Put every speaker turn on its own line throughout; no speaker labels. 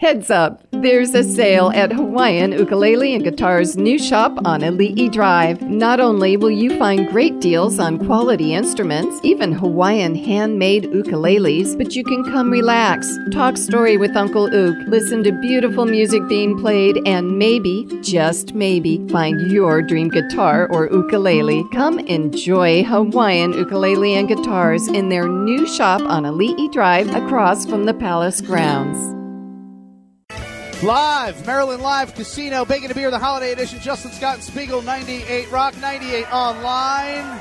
Heads up, there's a sale at Hawaiian Ukulele and Guitar's new shop on Ali'i Drive. Not only will you find great deals on quality instruments, even Hawaiian handmade ukuleles, but you can come relax, talk story with Uncle Ook, listen to beautiful music being played, and maybe, just maybe, find your dream guitar or ukulele. Come enjoy Hawaiian Ukulele and Guitars in their new shop on Ali'i Drive across from the Palace grounds.
Live, Maryland Live Casino, Bacon and Beer, the holiday edition. Justin Scott and Spiegel, 98 Rock, 98 online.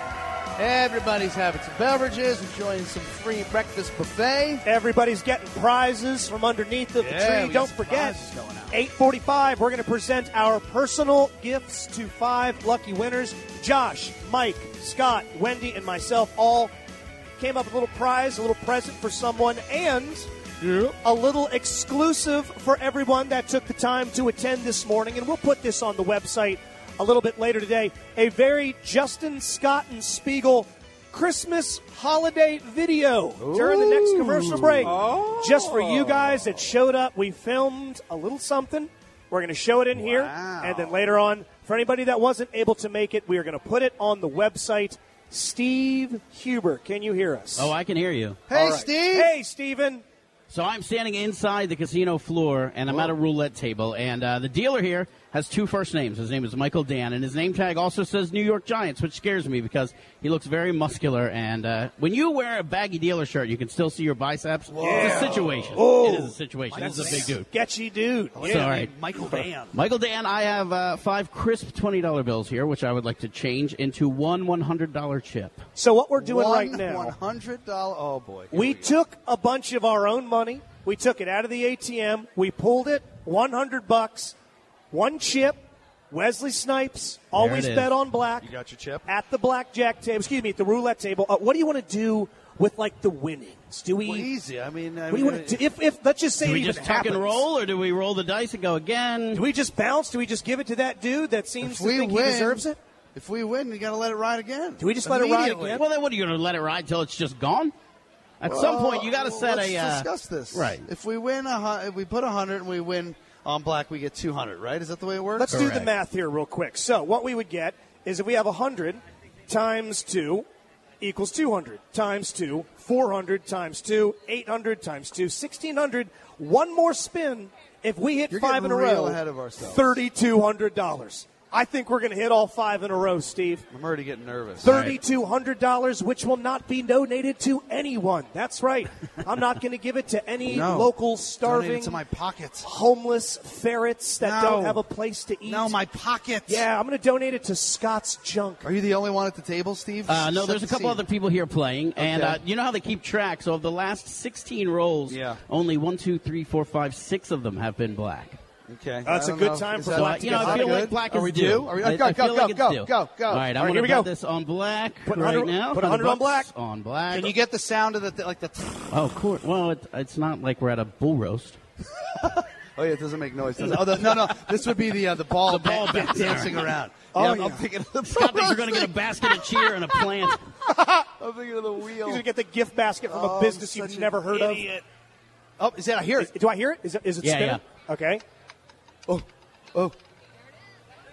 Everybody's having some beverages, enjoying some free breakfast buffet.
Everybody's getting prizes from underneath of
Yeah,
the
we
tree.
got
Don't
some
forget,
prizes going out.
8:45. We're going to present our personal gifts to five lucky winners. Josh, Mike, Scott, Wendy, and myself all came up with a little prize, a little present for someone, and a little exclusive for everyone that took the time to attend this morning. And we'll put this on the website a little bit later today. A very Justin Scott and Spiegel Christmas holiday video during the next commercial break. Just for you guys that showed up, we filmed a little something. We're going to show it in here. And then later on, for anybody that wasn't able to make it, we are going to put it on the website. Steve Huber, can you hear us?
Oh, I can hear you.
Hey,
All right.
Steve.
Hey, Steven.
So I'm standing inside the casino floor, and I'm at a roulette table, and uh, the dealer here has two first names. His name is Michael Dan, and his name tag also says New York Giants, which scares me because he looks very muscular. And uh, when you wear a baggy dealer shirt, you can still see your biceps. It's a situation.
Oh.
It is a situation. This is a big dude.
Sketchy dude.
Oh,
Yeah.
Sorry.
Michael Van.
Michael Dan, I have uh, five crisp $20 bills here, which I would like to change into one $100 chip.
So what we're doing
One
right now,
$100. Oh, boy. Here
we
go.
took a bunch of our own money. We took it out of the ATM. We pulled it. 100 bucks, one chip. Wesley Snipes always
it is.
bet on black.
You got your chip?
at the blackjack table. Excuse me, at the roulette table. Uh, what do you want to do with like the winnings? Do we?
Well, easy. I mean, I
what do you
mean, uh,
want to do? If, if let's just say
Do
it
we
even
just tuck and
happens.
roll, or do we roll the dice and go again?
Do we just bounce? Do we just give it to that dude that seems
if
to
we
think
win,
he deserves it?
If we win, we got to let it ride again.
Do we just let it ride
Immediately.
again?
Well, then what are you going to let it ride till it's just gone? At some point, you got to
Well,
set
let's
a. Uh,
discuss this.
Right.
If we win, a, hun- if we put 100 and we win on black, we get 200, right? Is that the way it works?
Let's do the
Correct.
math here real quick. So what we would get is if we have 100 times 2 equals 200 times 2, 400 times 2, 800 times 2, 1600. One more spin. If we hit
You're
five in a
getting real
row,
ahead of ourselves.
$3,200. I think we're going to hit all five in a row, Steve.
I'm already getting nervous.
$3,200, which will not be donated to anyone. That's right. I'm not going to give it to any
No.
local
Donate
starving,
it to my pockets.
homeless ferrets that
No.
don't have a place to eat.
No, my pockets.
Yeah, I'm going to donate it to Scott's Junk.
Are you the only one at the table, Steve?
uh, no,
Set
there's a
the
couple
scene.
other people here playing, and
Okay.
uh, you know how they keep track. So of the last 16 rolls,
Yeah.
only one, two, three, four, five, six of them have been black.
Okay.
That's
I
a
don't
good
know.
time
Is
for
that-
So,
black
I- you
is
know, I
not
feel
good.
like black
Are
is
we
due.
due? Are we-
I-
go,
I
go,
feel like
go,
it's
go,
due.
go, go.
All
All right,
right,
I'm
here
going
we
to bet
go.
this on black
Put
right
100
now.
put 100 on
bucks
black.
On black.
Can you get the sound of the th- like the?
oh, court. Well, it, it's not like we're at a bull roast.
oh yeah, it doesn't make noise. does it? Oh the, no, no, this would be the uh, the ball,
The ball
da-
back there.
dancing around.
Oh,
yeah, I'm-
yeah.
I'm thinking of the
Scott thinks we're going to get a basket of cheer and a plant.
I'm thinking of the
You're
wheel.
going to get the gift basket from
Oh,
a business
I'm such
you've never
an
heard
idiot. Oh, is that? I hear
of. Is-
it.
do I hear it? Is it, is it
Yeah,
spinning? Okay.
Oh, oh.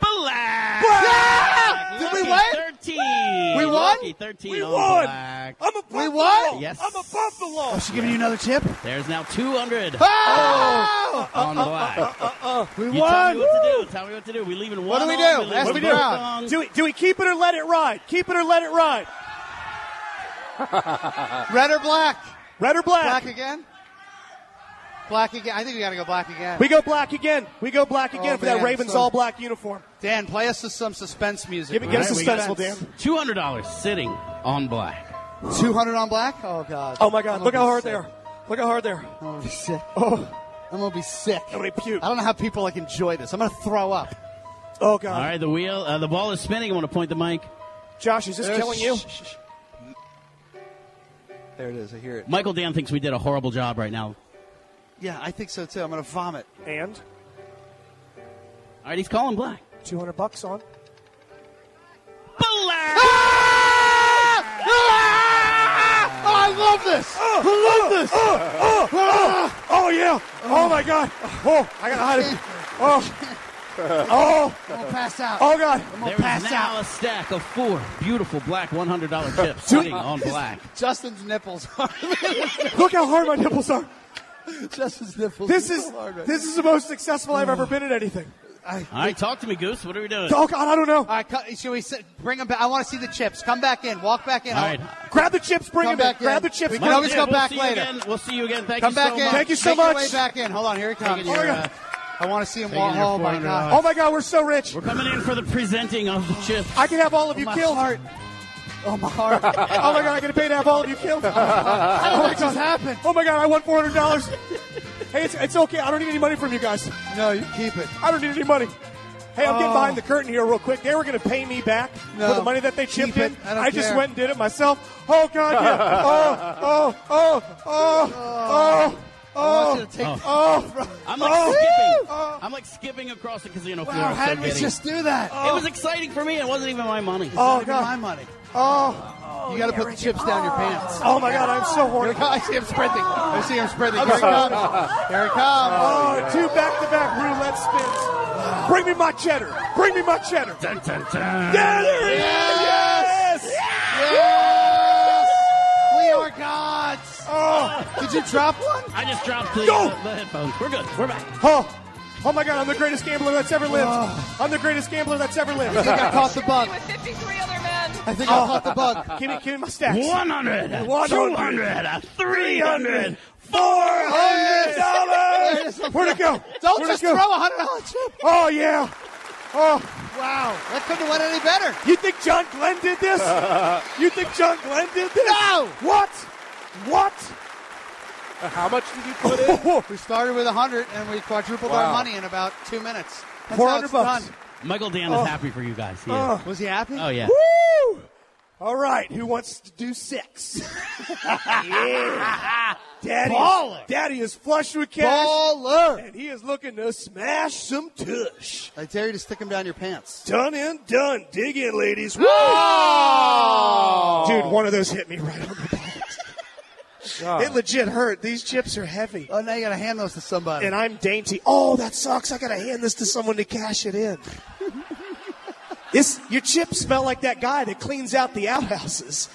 Black.
Ah! Did we
Lucky
win?
13.
We Uh, won?
Lucky 13
We
on
won!
black.
I'm a
We
buffalo.
won?
Yes.
I'm a buffalo.
Oh, she giving you another chip?
There's now 200
uh, Oh,
on black.
uh, we
you tell
won.
me what to do. Tell me what to do. We leave in one.
What do we
on,
do?
leave
Ask
in
me
both
Brown.
on.
Do we, do we keep it or let it ride? Keep it or let it ride.
Red or black?
Red or black?
Black again? Black again. I think we got to go black again.
We go black again. We go black again
Oh,
for
man,
that Ravens
so-
all black uniform.
Dan, play us some suspense music.
Give, it-
All
give
right,
us
we
a
got
suspenseful, Dan.
$200 sitting on black.
200 on black? Oh, God.
Oh my God!
I'm
Look
gonna
how
be
hard
sick.
they are. Look how hard they are.
I'm going to be sick. Oh. I'm going to be sick.
I'm gonna puke.
I don't know how people like enjoy this. I'm going to throw up.
Oh God!
All right, the wheel, uh, the ball is spinning. I want to point the mic.
Josh, is this
There's-
killing you?
shh, shh, shh. There it is. I hear it.
Michael Dan thinks we did a horrible job right now.
Yeah, I think so too. I'm going to vomit.
And
All right, he's calling black.
two hundred bucks on.
Black.
Ah! Ah! Oh, I I love this. I love this.
Oh yeah! Oh my God! Oh, I gotta hide it. Oh, oh,
I'm gonna pass out.
oh God!
I'm
There
gonna
is
pass
now
out.
a stack of four beautiful black $100 chips sitting on black.
Justin's nipples. are-
Look how hard my nipples are.
Justin's nipples.
This
are
is
so hard right
this is the most successful I've ever been at anything.
All right, talk to me, Goose. What are we doing?
Oh God, I don't know.
All right, co- should we sit, bring them back? I want to see the chips. Come back in. Walk back in.
All right.
Grab the chips, bring
Come
them in.
back in.
Grab the chips.
We
bring
can
them
always
in.
go
we'll
back
see you
later.
again. We'll see you again. Thank
Come
you
back
so
in.
much.
Thank you so
Make your
much.
way back in. Hold on. Here he comes.
Taking your, uh,
I want to see him
taking
walk.
your
Oh my
$400.
god.
Oh my God, we're so rich.
We're coming in for the presenting of the chips.
I can have all of you
my
killed.
heart. Oh my heart. How did
Oh my God, I can pay to have all of you killed.
that just happen?
Oh my God, I won four hundred dollars. Hey, it's, it's okay. I don't need any money from you guys.
No, you keep it.
I don't need any money. Hey, I'm getting
Oh.
behind the curtain here real quick. They were going to pay me back
No.
for the money that they
Keep
chipped
it.
in.
I don't
just
care.
went and did it myself. Oh God! Yeah. oh, oh, oh, oh, oh,
I want
oh,
you to take
Oh.
oh.
I'm like
Oh.
skipping.
Oh.
I'm like skipping across the casino floor.
Wow,
I'm
Oh, how
so
did we
giddy.
just do that?
It was exciting for me. It wasn't even my money.
Not
Oh,
even
God.
my money.
Oh,
you got to put the chips down your pants.
oh my God! I'm so horny.
Here he comes. I see him sprinting. I see him sprinting. Here he comes. Here he comes.
Oh, two back-to-back roulette spins. Bring me my cheddar. Bring me my cheddar.
Dun, dun, dun.
Yeah, there he is.
Yes.
Yes.
Yes! We are gods!
Oh,
Did you drop one?
I just dropped the,
Go.
uh, the headphones. We're good. We're back.
oh, oh my God! I'm the greatest gambler that's ever lived.
Oh.
I'm the greatest gambler that's ever
I
lived.
think I caught the bug.
with 53 other men.
I think I caught the bug.
Give me, give me my stacks.
100,
100,
200, 300.
Four hundred
Yes.
dollars. Where'd it go?
Don't
Where'd
just
it
throw
go?
a hundred dollar chip.
Oh yeah. Oh,
Wow, that couldn't have went any better.
you think John Glenn did this? You think John Glenn did this?
No.
What? What?
How much did you put in?
Oh,
We started with a hundred and we quadrupled our
Wow.
money in about two minutes. That's
Four
how
hundred
it's
bucks.
done.
Michael Dan
Oh.
is happy for you guys. He is.
Was he happy?
oh yeah.
Woo! All right, who wants to do six? Yeah. Daddy,
Baller.
Daddy is flush with cash,
Baller!
and he is looking to smash some tush.
I dare you to stick him down your pants.
Done and done. Dig in, ladies. Woo! Dude, one of those hit me right on the balls. It legit hurt. These chips are heavy.
Oh, now you gotta hand those to somebody.
And I'm dainty. Oh, that sucks. I gotta hand this to someone to cash it in. this your chips smell like that guy that cleans out the outhouses.